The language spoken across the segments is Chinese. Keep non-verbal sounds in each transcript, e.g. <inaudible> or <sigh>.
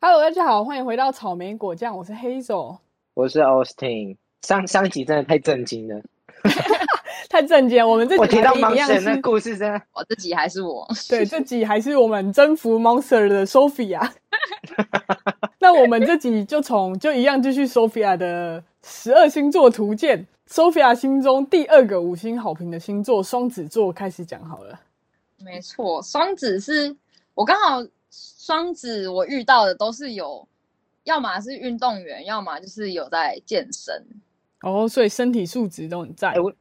大家好，欢迎回到草莓果酱，我是黑手， <laughs> 我是 Austin。上上一集真的太震惊了，太正经了。我们这我集听到还一样 Monster 那是，故事真的，我自己还是我， <laughs> 对，这集还是我们征服 Monster 的 <laughs> Sophia。那我们这集就从就一样继续 Sophia 的十二星座图鉴，Sophia 心中第二个五星好评的星座双子座开始讲好了。没错，双子是我刚好双子，我遇到的都是有，要么是运动员，要么就是有在健身，哦，所以身体素质都很在哎、。我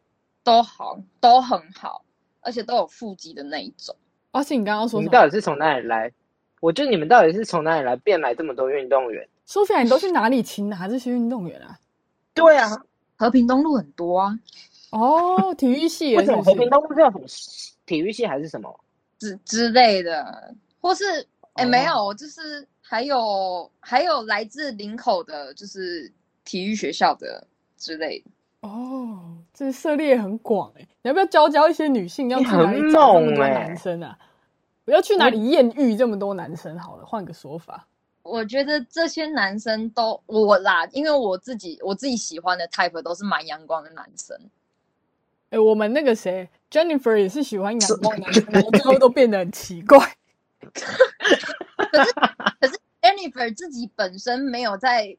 都好，都很好，而且都有腹肌的那一种。而且你刚刚你说什们么到底是从哪里来？我觉得你们到底是从哪里来变来这么多运动员？ ？Sophia，你都去哪里擒拿这些运动员啊？对啊，和平东路很多啊，哦，体育系也为是什不么和平是？东路这种体育系还是什么？之之类的，或是哎、哦没有，就是还有还有来自林口的，就是体育学校的之类的。哦，这涉猎很广哎、你要不要教教一些女性要去哪里找这么欸多男生啊？不要去哪里艳遇这么多男生好了，换个说法。我觉得这些男生都我啦，因为我自己我自己喜欢的 type 都是蛮阳光的男生。哎、我们那个谁，Jennifer 也是喜欢阳光男生，然后最后都变得很奇怪。 Jennifer 自己本身没有在，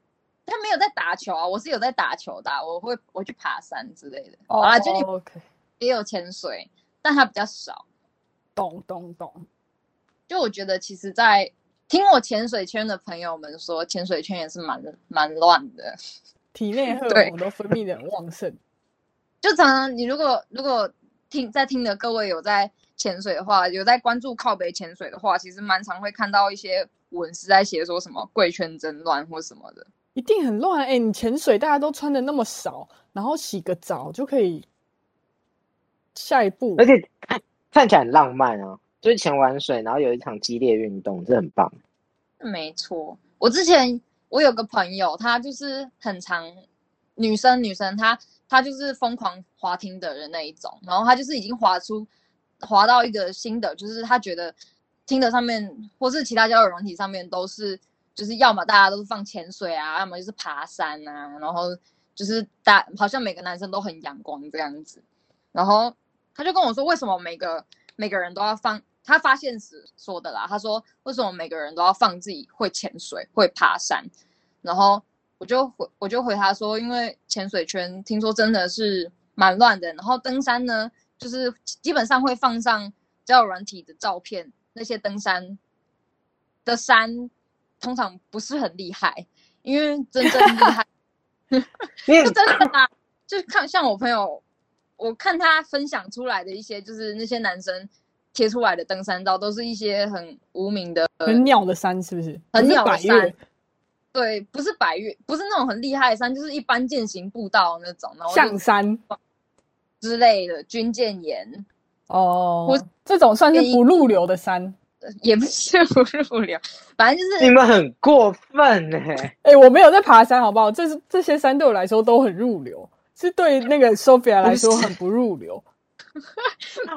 她没有在打球啊，我是有在打球的啊、我会我去爬山之类的。 <laughs> 啊，Jennifer 哦 OK，也有潜水，但她比较少。懂懂懂。就我觉得，其实在，听我潜水圈的朋友们说，潜水圈也是蛮蛮乱的。体内荷尔对蒙都分泌的很旺盛，就常常你如果如果听在听的各位有在潜水的话，有在关注靠北潜水的话，其实蛮常会看到一些文是在写说什么贵圈争乱或什么的。一定很乱。哎、你潜水大家都穿的那么少，然后洗个澡就可以下一步而。且看看起来很浪漫啊，就是潜完水，然后有一场激烈运动，这很棒。没错，我之前我有个朋友，她就是很常女生女生，她她就是疯狂滑听的人那一种，然后她就是已经滑出滑到一个新的，就是她觉得听的上面或是其他交友软体上面都是，就是要么大家都是放潜水啊，要么就是爬山啊，然后就是大好像每个男生都很阳光这样子，然后他就跟我说，为什么每个每个人都要放？他发现时说的啦，他说为什么每个人都要放自己会潜水、会爬山？然后我就回我就回他说，因为潜水圈听说真的是蛮乱的，然后登山呢，就是基本上会放上交友软体的照片，那些登山的山通常不是很厉害，因为真正厉害。因为就真的啊，就是看像我朋友，我看他分享出来的一些，就是那些男生贴出来的登山照，都是一些很无名的，很鸟的山是不是？很鸟不的是百山越，对，不是百越，不是那种很厉害的山，就是一般践行步道那种，然后象山之类的军舰岩哦我，这种算是不入流的山。也不是不入流，反 <laughs> 正就是你们很过分呢、哎、我没有在爬山，好不好？这是这些山对我来说都很入流，是对那个 Sophia 来说很不入流。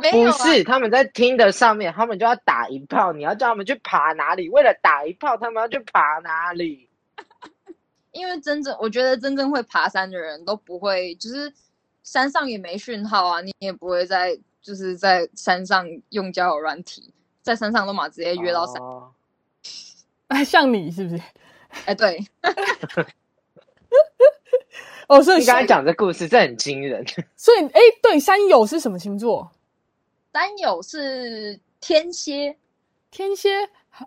没有、不啊、是，他们在听的上面，他们就要打一炮，你要叫他们去爬哪里？为了打一炮，他们要去爬哪里？因为真正我觉得真正会爬山的人都不会，就是山上也没讯号啊，你也不会在就是在山上用交友软体，在山上都嘛直接约到山，哎、哦哎，像你是不是？哎对，哦，所以你刚才山，讲这故事，这很惊人。 <laughs> 所以哎、对，山友是什么星座？山友是天蝎，天蝎。好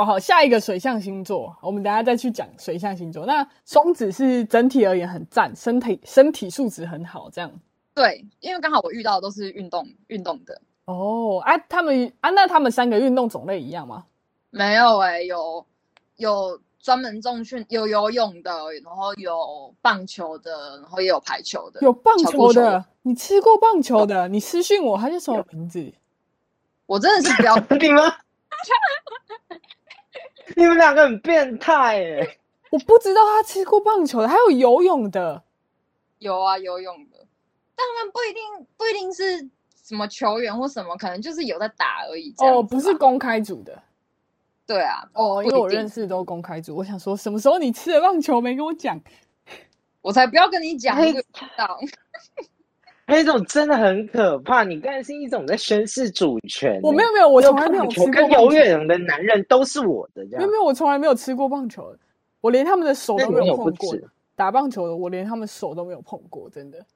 好好，下一个水象星座，我们等一下再去讲水象星座。那双子是整体而言很赞，身体身体素质很好，这样。对，因为刚好我遇到的都是运动运动的，哦啊，他们啊，那他们三个运动种类一样吗？没有哎、有有专门重训，有游泳的，然后有棒球的，然后也有排球的，有棒小球布球的，你吃过棒球的？你私信我，他叫什么名字？我真的是比较 <laughs> 你们，你们两个很变态哎、我不知道他吃过棒球的，还有游泳的。有啊，游泳的，但他们不一定不一定是什么球员或什么，可能就是有在打而已。这样哦，子不是吧公开组的，对啊，哦，因为不一我定认识都公开组，我想说什么时候你吃了棒球没跟我讲？我才不要跟你讲，哎我也不知道。黑总真的很可怕，你刚才是一种在宣示主权欸。我没有没有，我我从来没有吃球过跟棒游球，远的男人都是我的这没样有没。有，我从来没有吃过棒球，我连他们的手那都你没为什有么不碰过吃。？打棒球的我连他们手都没有碰过，真的。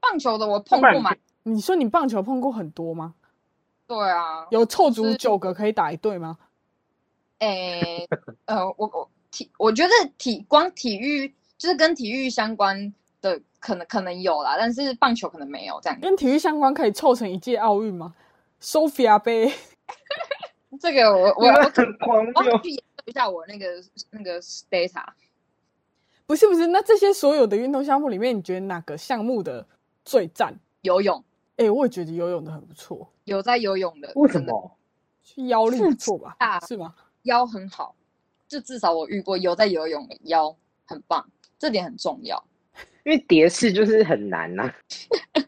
棒球的我碰不然过你蛮你说你棒球碰过很多吗？对啊，有凑足是九个可以打一队吗？诶、呃，我我体我觉得体光体育就是跟体育相关的可能可能有啦，但是棒球可能没有这样。跟体育相关可以凑成一届奥运吗？Sophia 杯，嗯这个我我你我们很荒 <laughs> 我要谬。去研究一下我那个那个 data。不是不是，那这些所有的运动项目里面，你觉得哪个项目的最赞？游泳哎、我也觉得游泳的很不错，有在游泳的，为什真的么？是腰力不错吧啊大？是吗？腰很好？就至少我遇过有在游泳的腰很棒，这点很重要。因为蝶式就是很难呐、 <laughs>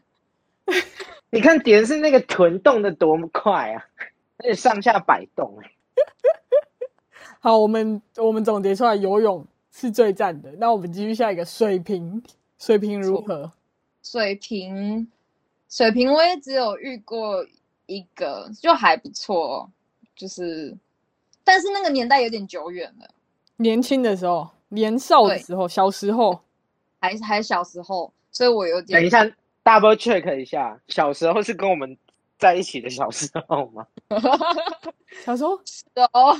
你看蝶式那个臀动的多么快啊，而且上下摆动、欸。好，我们我们总结出来，游泳是最赞的。那我们继续下一个水平，水平如何？水平水平我也只有遇过一个，就还不错，哦就是但是那个年代有点久远了，年轻的时候，年少的时候，小时候，还还小时候，所以我有点等一下，double check 一下，小时候是跟我们在一起的小时候吗？小时候，哦，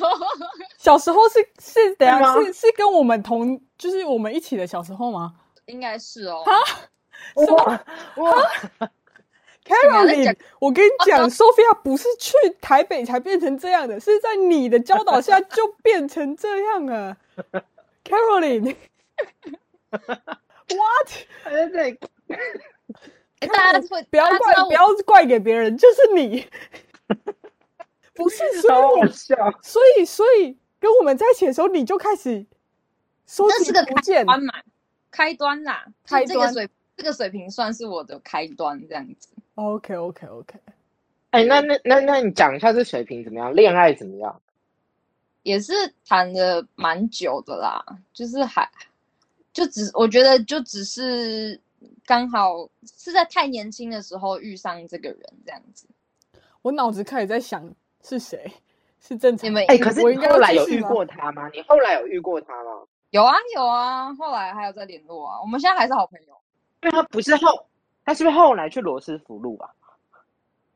小时候是是等一下是吗是是跟我们同，就是我们一起的小时候吗 <laughs> 应该是哦，哇哇，么在？Caroline，讲我跟你哦讲，Sophia 不是去台北才变成这样的，是在你的教导下就变成这样了。Caroline，what？还在这里诶哎大家会不要大家知怪道不我要怪给别人，就是你，不是所好以好你笑。所以所以跟我们在一起的时候，你就开始收那集是个不见开，端嘛，开端啦，就开这个端水这个水平算是我的开端这样子。 OK OK OK，哎、那那那那你讲一下这水平怎么样？恋爱怎么样？也是谈的蛮久的啦，就是还就只我觉得就只是刚好是在太年轻的时候遇上这个人这样子。我脑子开始在想是谁，是正常你们哎、可是我你应该后来要有继续遇吗过他吗？你后来有遇过他吗？有啊有啊，后来还有在联络啊，我们现在还是好朋友。因为他不是后，他是不是后来去罗斯福路啊？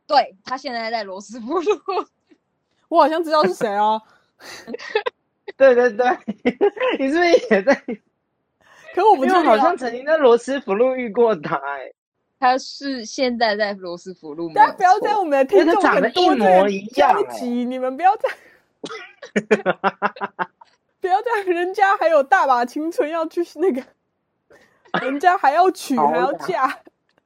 对他现在在罗斯福路，我好像知道是谁哦、 <laughs> 对对 <laughs> 对，你是不是也在？可我不因知为道，好像曾经在罗斯福路遇过他、哎，他是现在在罗斯福路没大家有不要错在我们的听因为众他长得很多一模一样哎这个交集，你们不要再 <laughs> 不要再，人家还有大把青春要去那 <laughs> 个，人家还要娶好还啦要 <laughs> 嫁。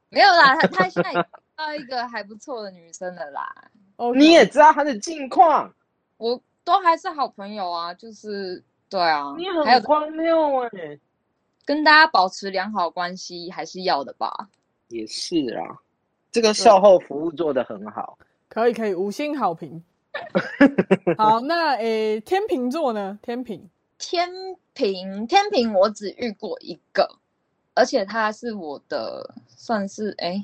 没有啦，他他现在已经遇到一个还不错的女生了啦。哦，你也知道他的近况，我都还是好朋友啊，就是对啊，你还有很荒谬哎、跟大家保持良好关系还是要的吧。也是啊，这个售后服务做得很好。可以可以，五星好 <laughs> 评。好，那诶，天秤座呢？天秤天平，天平我只遇过一个，而且他是我的算是哎，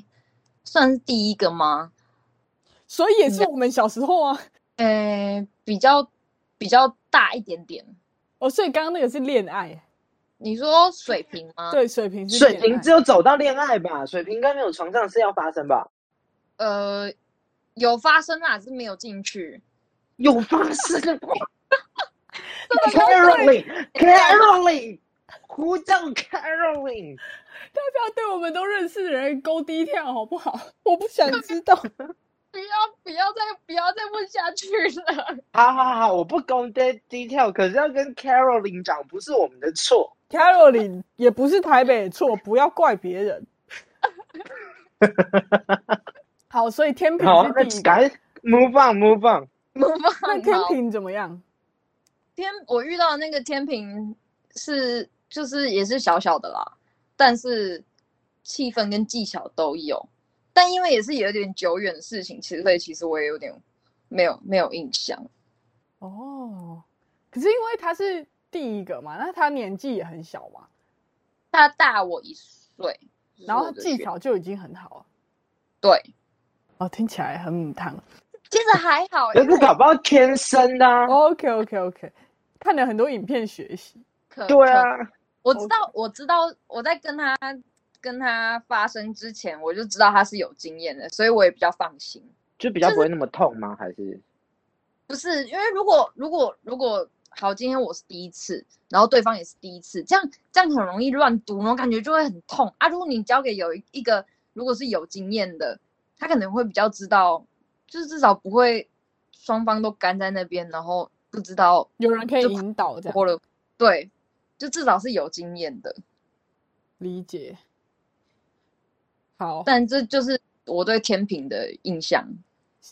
算是第一个吗？所以也嗯是我们小时候啊。哎，比较比较大一点点。哦，所以刚刚那个是恋爱，你说水平吗？，对，水瓶是嗯水恋瓶爱只有走到恋爱吧，水瓶应该没有床上事要发生吧？呃，有发生啦，只是没有进去。有发生 <laughs> 么都对，Caroline，Caroline，呼叫 Caroline，大家对我们都认识的人勾低跳好不好？我不想知道。不要不要再不要再问下去了。好好好，我不攻 d e t 可是要跟 Caroline 讲，不是我们的错。 <laughs> Caroline 也不是台北的错，不要怪别 <laughs> 人。好，所以天平好，那是第一个。赶快 move on，move on。那天平怎么样？天，我遇到的那个天平是就是也是小小的啦，但是气氛跟技巧都有。但因为也是有点久远的事情，其实所以其实我也有点没有没有印象。哦，可是因为他是第一个嘛，那他年纪也很小嘛，他大我一岁，就是然后我他的技学巧就已经很好了。对，哦，听起来很母 <laughs> 汤。其实还好，哦可因为是搞不好天生的、啊。 OK OK OK，看了很多影片学习。可对，啊，我知道，我知道，我在跟他跟他发生之前，我就知道他是有经验的，所以我也比较放心。就比较不会那么痛吗？还是不是因为如果如果如果好，今天我是第一次，然后对方也是第一次，这样这样很容易乱读，然后感觉就会很痛啊。如果你交给有一一个如果是有经验的，他可能会比较知道，就是至少不会双方都干在那边，然后不知道有人可以就引导这样多了。对，就至少是有经验的。理解。好，但这就是我对天平的印象，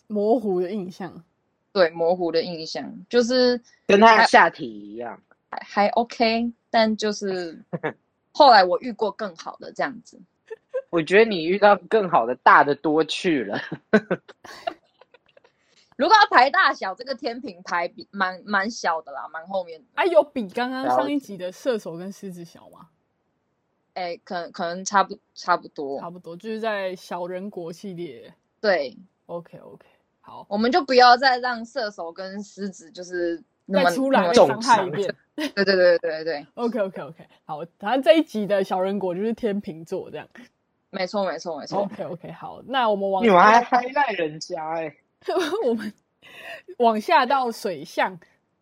模糊的印象。对模糊的印象，就是跟他的下体一样？还还 OK，但就是后来我遇过更好的这样子。我觉得你遇到更好的大的多去了。如果要排大小，这个天平排比蛮蛮小的啦，蛮后面的。啊，有比刚刚了上一集的射手跟狮子小吗？哎，可能可能差不差不差多。不多，就是在小人国系列。对， OK OK，好，我们就不要再让射手跟狮子就是那再么出来那被么伤重害伤一遍。对对对对对， OK OK OK，好，反正这一集的小人国就是天秤座这样。没错没错没错。 OK OK，好，那我们往 <laughs> 你们 <laughs> 还嗨赖人家哎、我们往下到水象，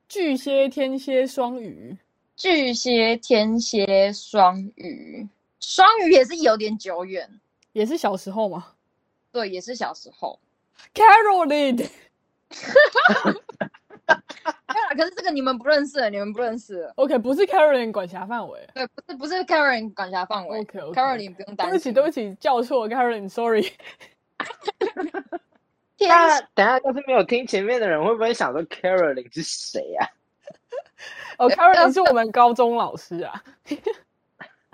巨蟹、天蝎、双鱼。巨蟹、天蝎、双鱼，双鱼也是有点久远，也是小时候嘛对，也是小时候。 ，Caroline， <laughs> 没有啦，可是这个你们不认识了，你们不认识了。 OK，不是 Caroline 管辖范围。对，不是不是 Karen 管辖范围 OK，OK，OK ，Karen 不用担对不起，心。对不起，起，叫错 Caroline，Sorry。天大家等一下要是没有听前面的人，会不会想说 Caroline 是谁啊？哦，Caroline <laughs> 是我们高中老师啊。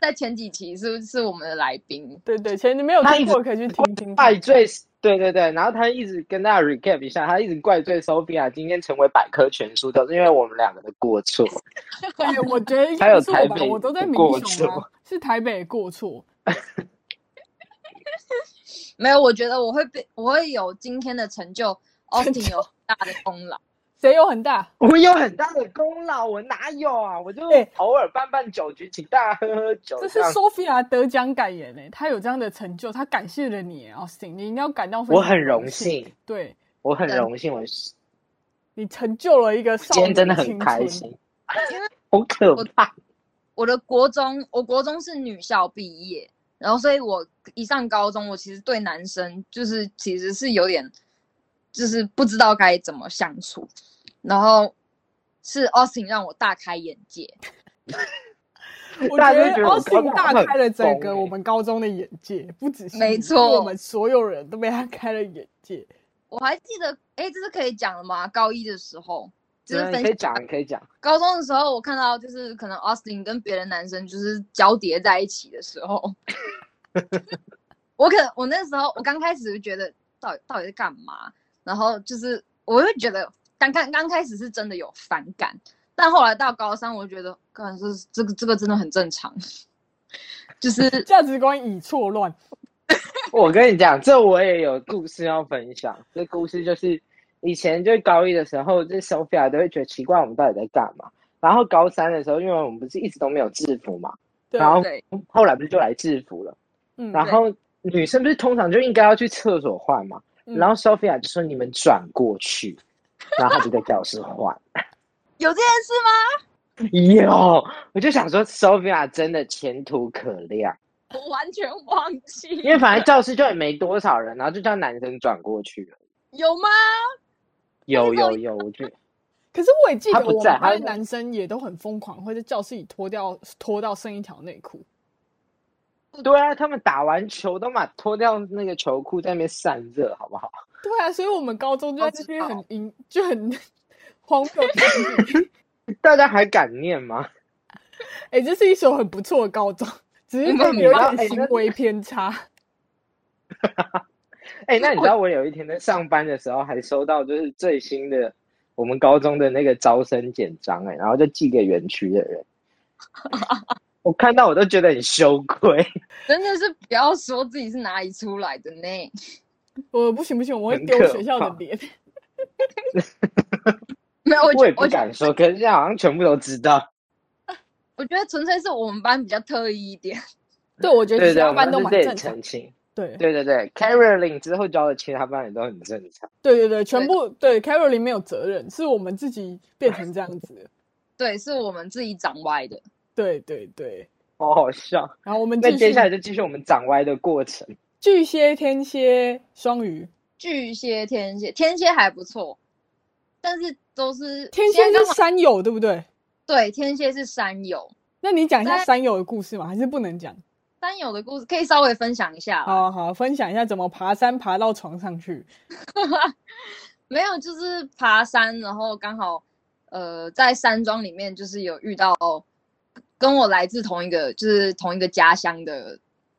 在前几期是是我们的来宾，对对，前你没有他一听直过可以去听听看。怪罪，对对对，然后他一直跟大家 recap 一下，他一直怪罪 Sophia 今天成为百科全书，都是因为我们两个的过错。哎，我觉得应还该有是我台吧，北我都在的民过雄啊错，是台北的过错。没有，我觉得我会被我会有今天的成就，Austin 有很大的功劳。谁有很大？ <laughs> 我有很大的功劳，我哪有啊？我就哎偶尔办办酒局，请大家喝喝酒。这是这样 Sophia 得奖感言呢，她有这样的成就，她感谢了你，Austin，你应该要感到非我常很荣幸。幸，对我很荣幸，我今你成就了一个少天女真的很青开春心， <laughs> 好可怕。我的国中，我国中是女校毕业，然后所以我一上高中，我其实对男生就是其实是有点，就是不知道该怎么相处，然后是 Austin 让我大开眼界，我 <laughs> 大觉家就得觉得我奥们斯高中大很开了整疯个欸我们高中的眼界，不只是没你是错我们所有人都被他开了眼界。我还记得，哎，这是可以讲的吗？高一的时候，就是对啊你分嗯可以讲，你可以讲。高中的时候，我看到就是可能 Austin 跟别的男生就是交叠在一起的时 <laughs> 候，我可我那时候我刚开始就觉得到底到底在干嘛，然后就是我会觉得刚刚刚开始是真的有反感，但后来到高三，我就觉得可能是这个这个真的很正常，就是价值观已错乱，我跟你讲，这我也有故事要分享。这故事就是以前就高一的时候，这 Sophia 都会觉得奇怪，我们到底在干嘛？然后高三的时候，因为我们不是一直都没有制服嘛，对，啊然后对后来不是就来制服了。嗯，然后女生不是通常就应该要去厕所换嘛？嗯然后 Sophia 就说你们转过去，然后她就在教室换。有这件事吗？有，我就想说 Sophia 真的前途可量，我完全忘记，因为反正教室就也没多少人，然后就叫男生转过去了。有吗？有有有，我觉得。可是我也记他得不我在们他班男生也都很疯狂，会在教室里脱掉脱到剩一条内裤。对啊，他们打完球都嘛脱掉那个球裤在那边散热，好不好？ <laughs> <laughs> 对啊，所以我们高中就在这边我知道很阴，就很 <laughs> 荒谬的经历。大家还敢念吗？ <laughs> 哎、这是一所很不错的高中，只是我他们们有你知道一点哎行那为偏差。哎、那你知道我有一天在上班的时候还收到就是最新的我们高中的那个招生简章、哎，然后就寄给园区的人。我看到我都觉得很羞愧，真的是不要说自己是哪里出来的呢。我不行不行，我会很丢可学校的怕脸。没有，我我也觉不我觉敢说，可是现在好像全部都知道。我觉得纯粹是我们班比较特意一点。 <laughs> 对，我觉得对其对，他我班们都在蛮这里正常澄。清。对对对对，Caroline 之后教的其他班也都很正常。对对对，全部对 Caroline 没有责任，是我们自己变成这样子的。对，是我们自己长歪的。对对对，好好笑。然后我们那继接续下来就继续我们长歪的过程。巨蟹、天蝎、双鱼，巨蟹、天蝎，天蝎还不错，但是都是天蝎现在刚是好山友对不对？对，天蝎是山友，那你讲一下对山友的故事吗？还是不能讲？山友的故事可以稍微分享一下啦。好啊好啊，分享一下怎么爬山爬到床上去。没有，就是爬山，然后刚好呃在山庄里面就是有遇到跟我来自同一个就是同一个家乡的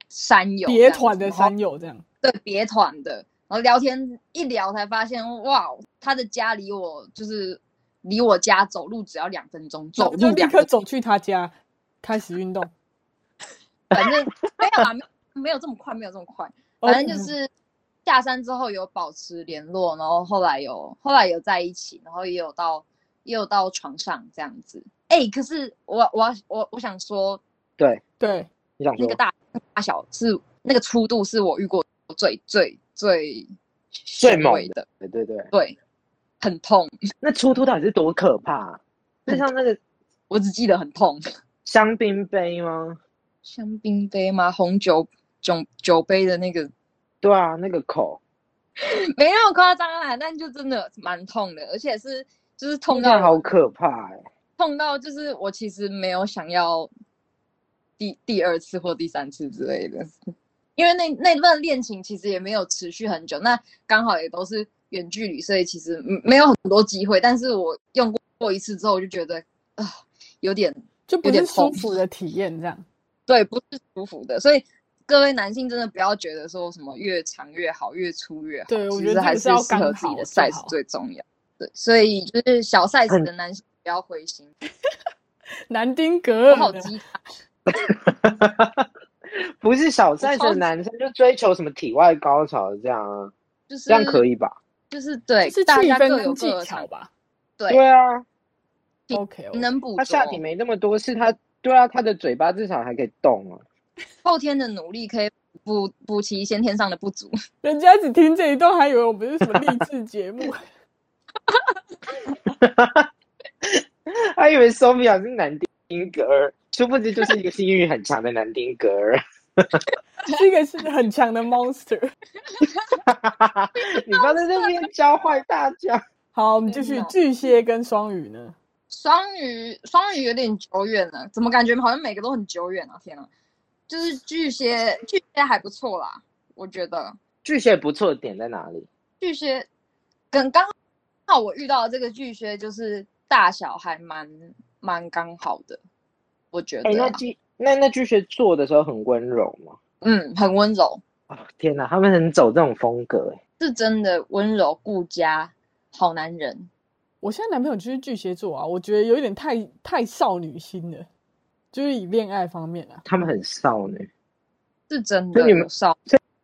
山友这别样子，团的然后山友这样，对别团的，然后聊天一聊才发现，哇，他的家离我就是离我家走路只要两分钟，走哦就路立两刻分钟，走去他家开始 <laughs> 运动。反正没有啊，没有没有这么快，没有这么快，哦反正就是下山之后有保持联络，然后后来有后来有在一起，然后也有到也有到床上这样子。哎、可是我我要我我想说，对，对，你想那说个大大小是那个粗度是我遇过最最最最猛贵的，对对对，对，很痛，那出突到底是多可怕、啊？就嗯像那个我只记得很痛。香槟杯吗？香槟杯吗？红酒酒酒杯的那个对啊，那个口，没那么夸张啦，但就真的蛮痛的，而且是就是痛那到好可怕哎、痛到就是我其实没有想要第第二次或第三次之类的，因为那那段恋情其实也没有持续很久，那刚好也都是远距离，所以其实嗯没有很多机会。但是我用过一次之后，我就觉得啊、有点就不有是点舒痛服的体验这 <laughs> 样。对不是舒服的，所以。各位男性真的不要觉得说什么越长越好，越粗越好，对我其觉得实这还个是是要适合刚自己好的最 size 好最重要。对，所以就是小 size 很的男性不要灰心，南丁格我尔好的，激不是小赛我超的级男生就追求什么体外高潮这样啊？就是这样可以吧？就是对，就是气大家氛各跟有各的技长巧吧。对，对啊， OK，能捕他捉下体没那么多，是他对啊，他的嘴巴至少还可以动啊。 <laughs> 后天的努力可以补补齐先天上的不足。人家只听这一段，还以为我们是什么 <laughs> 励志节目。他以为 Sophia 是南丁格尔，殊不知就是一个性欲很强的南丁格尔。这个是很强的 monster。 <laughs> <laughs> 你不要在那边教坏大家。 <laughs> 好，我们继续天哪巨蟹跟双鱼呢？双鱼，双鱼有点久远了，怎么感觉好像每个都很久远啊？天啊，就是巨蟹，巨蟹还不错啦，我觉得巨蟹不错的点在哪里？巨蟹跟刚好我遇到的这个巨蟹就是大小还蛮蛮刚好的，我觉得哎、啦、那巨那那巨蟹座的时候很温柔吗？嗯，很温柔，啊、天哪，他们很走这种风格哎。是真的温柔顾家，好男人。我现在男朋友就是巨蟹座啊，我觉得有点太太少女心了，就是以恋爱方面啊。他们很少女，是真那的你们有少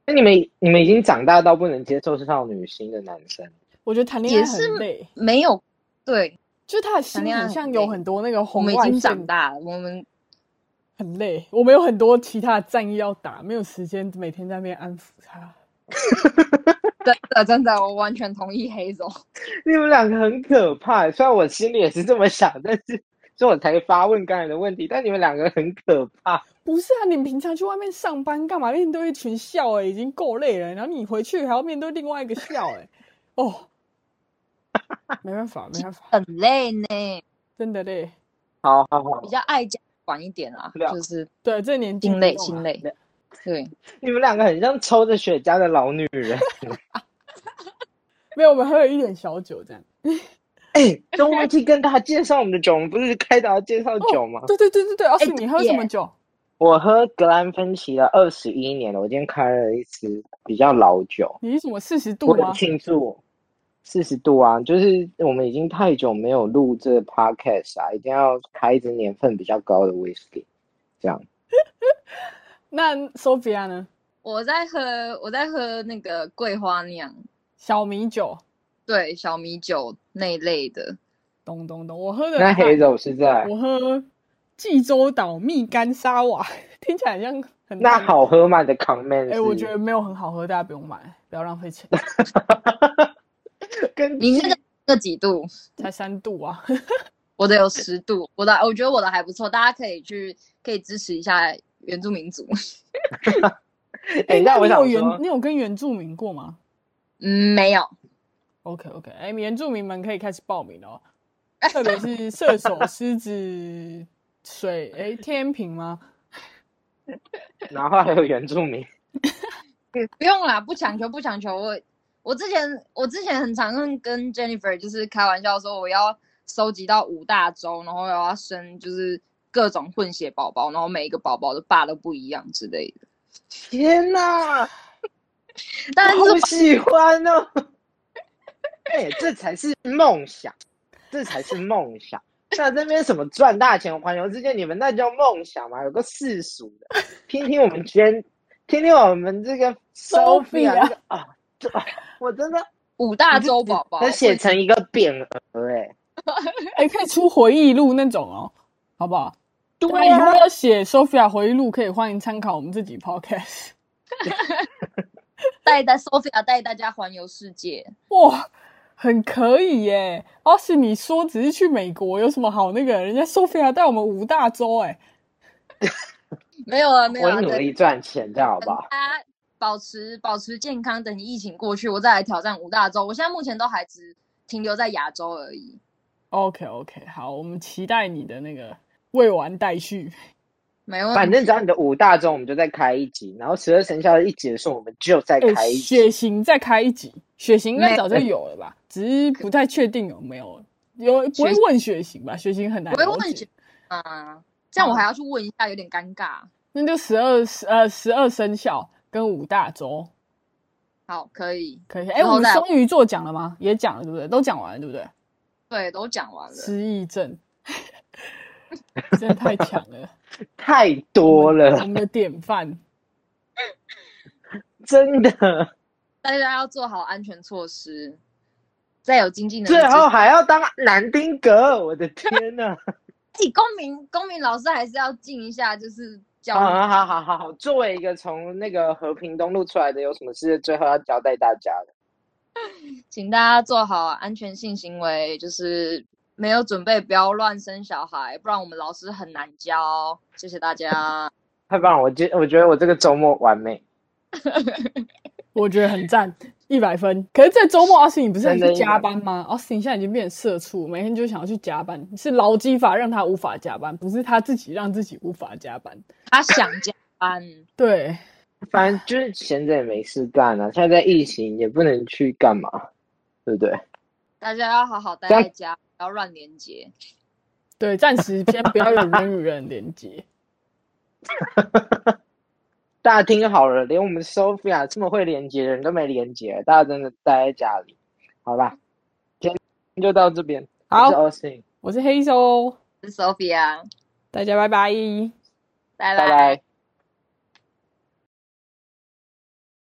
那你们你们已经长大到不能接受少女心的男生， <laughs> 我觉得谈恋爱也是很累，没有对，就是他的心谈里恋爱很像有累很多那个我红们已外经线，长大了，我们很累。我们有很多其他的战役要打，没有时间每天在那边安抚他。真的真的，我完全同意黑总。你们两个很可怕。欸虽然我心里也是这么想，但是所以我才发问刚才的问题。但你们两个很可怕， <laughs> 不是啊，你平常去外面上班干嘛？面对一群笑哎、已经够累了，然后你回去还要面对另外一个笑哎、哦，没办法，没办法， <laughs> 很累呢，真的累。好好好比，较爱家管一点啦，对啊啊就是对，这年纪心累不用心了累。对，你们两个很像抽着雪茄的老女人。 <laughs> 没有，我们喝了一点小酒这样。哎、都忘记跟大家介绍我们的酒，我们不是开头要介绍酒吗？ <laughs> 对对对对对，老师、你喝对耶什么酒？我喝格兰芬奇的二十一年了，我今天开了一支比较老酒，你是什么四十我度啊很吗？庆祝。四十度啊，就是我们已经太久没有录这个 podcast 啊，一定要开一支年份比较高的 whisky，这样。那 Sophia 呢？我在喝我在喝那个桂花酿，小米酒，对小米酒那一类的，懂懂懂。我喝的那黑肉是在我喝济州岛蜜柑沙瓦， <laughs> 听起来像很那。好喝吗？你的 comment？哎、是我觉得没有很好喝，大家不用买，不要浪费钱， <laughs> 跟你那个那几度？才三度啊。我的有十度，我的我觉得我的还不错，大家可以去可以支持一下原住民族。 <laughs> <laughs> 哎，那我你有想原说你，有跟原住民过吗嗯，没有， ？OK OK，哎、原住民们可以开始报名哦，特别是射手、狮子、水，哎、天平吗？然后还有原住民，不用啦，不强求，不强求。我我之前我之前很常跟 Jennifer 就是开玩笑说，我要收集到五大洲，然后我要生就是各种混血宝宝，然后每一个宝宝的爸都不一样之类的。天哪，但是好喜欢哦！ <laughs> 哎，这才是梦想，这才是梦想。那这边什么赚大钱、环游世界，你们那叫梦想吗？有个世俗的，听听我们捐，听听我们这个 Sophia Sophia 这个啊，这啊我真的五大洲宝宝能写成一个匾额哎、哎、可以出回忆录那种哦，好不好？那对以后啊，要写 Sophia 回忆录，可以欢迎参考我们自己 podcast。带带 Sophia 带大家环游世界。哇，很可以耶！要是你说只是去美国，有什么好那个？人家 Sophia 带我们五大洲，哎，没有啊，没有我啊，努对力赚钱，这样好不等好？大家保持保持健康，等疫情过去，我再来挑战五大洲。我现在目前都还只停留在亚洲而已。 OK OK，好，我们期待你的那个未完待续。没问反题，正只要你的五大中，我们就再开一集，然后十二生肖一结束，我们就再开哎，一集。血型再开一集，血型应该没早就有了吧？只是不太确定有没有，有不会血问血型吧？血型很难我会了问解学。啊，这样我还要去问一下，有点尴尬。那就十二呃十二生肖跟五大洲好，可以，可以。哎，然我后们再双鱼座讲了吗？也讲了，对不对？都讲完了，对不对？对，都讲完了。失忆症， <laughs> 真的太强了。太 <laughs> 多我了，们的典范。真的。大家要做好安全措施，再有经济能力最后还要当南丁格，我的天呐！自己公民公民老师还是要尽一下，就是教育。啊，好好好好，作为一个从那个和平东路出来的，有什么事最后要交代大家的？请大家做好安全性行为，就是没有准备不要乱生小孩，不然我们老师很难教。谢谢大家，太棒了！我觉我觉得我这个周末完美，我觉得很赞，一百分。可是，在周末，奥斯汀你不是还真去的加班吗？奥斯汀现在已经变成社畜，每天就想要去加班，是劳基法让他无法加班，不是他自己让自己无法加班。他想加班，对，反正就是闲着也没事干啊。现在在疫情也不能去干嘛，对不对？大家要好好待在家，不要乱连接。对，暂时先不要有人与人连接。大家听好了，连我们 Sophia 这么会连接的人都没连接，大家真的待在家里，好吧？今天就到这边，好我是 Austin，我是黑收，我是 Sophia，大家拜拜。拜拜拜。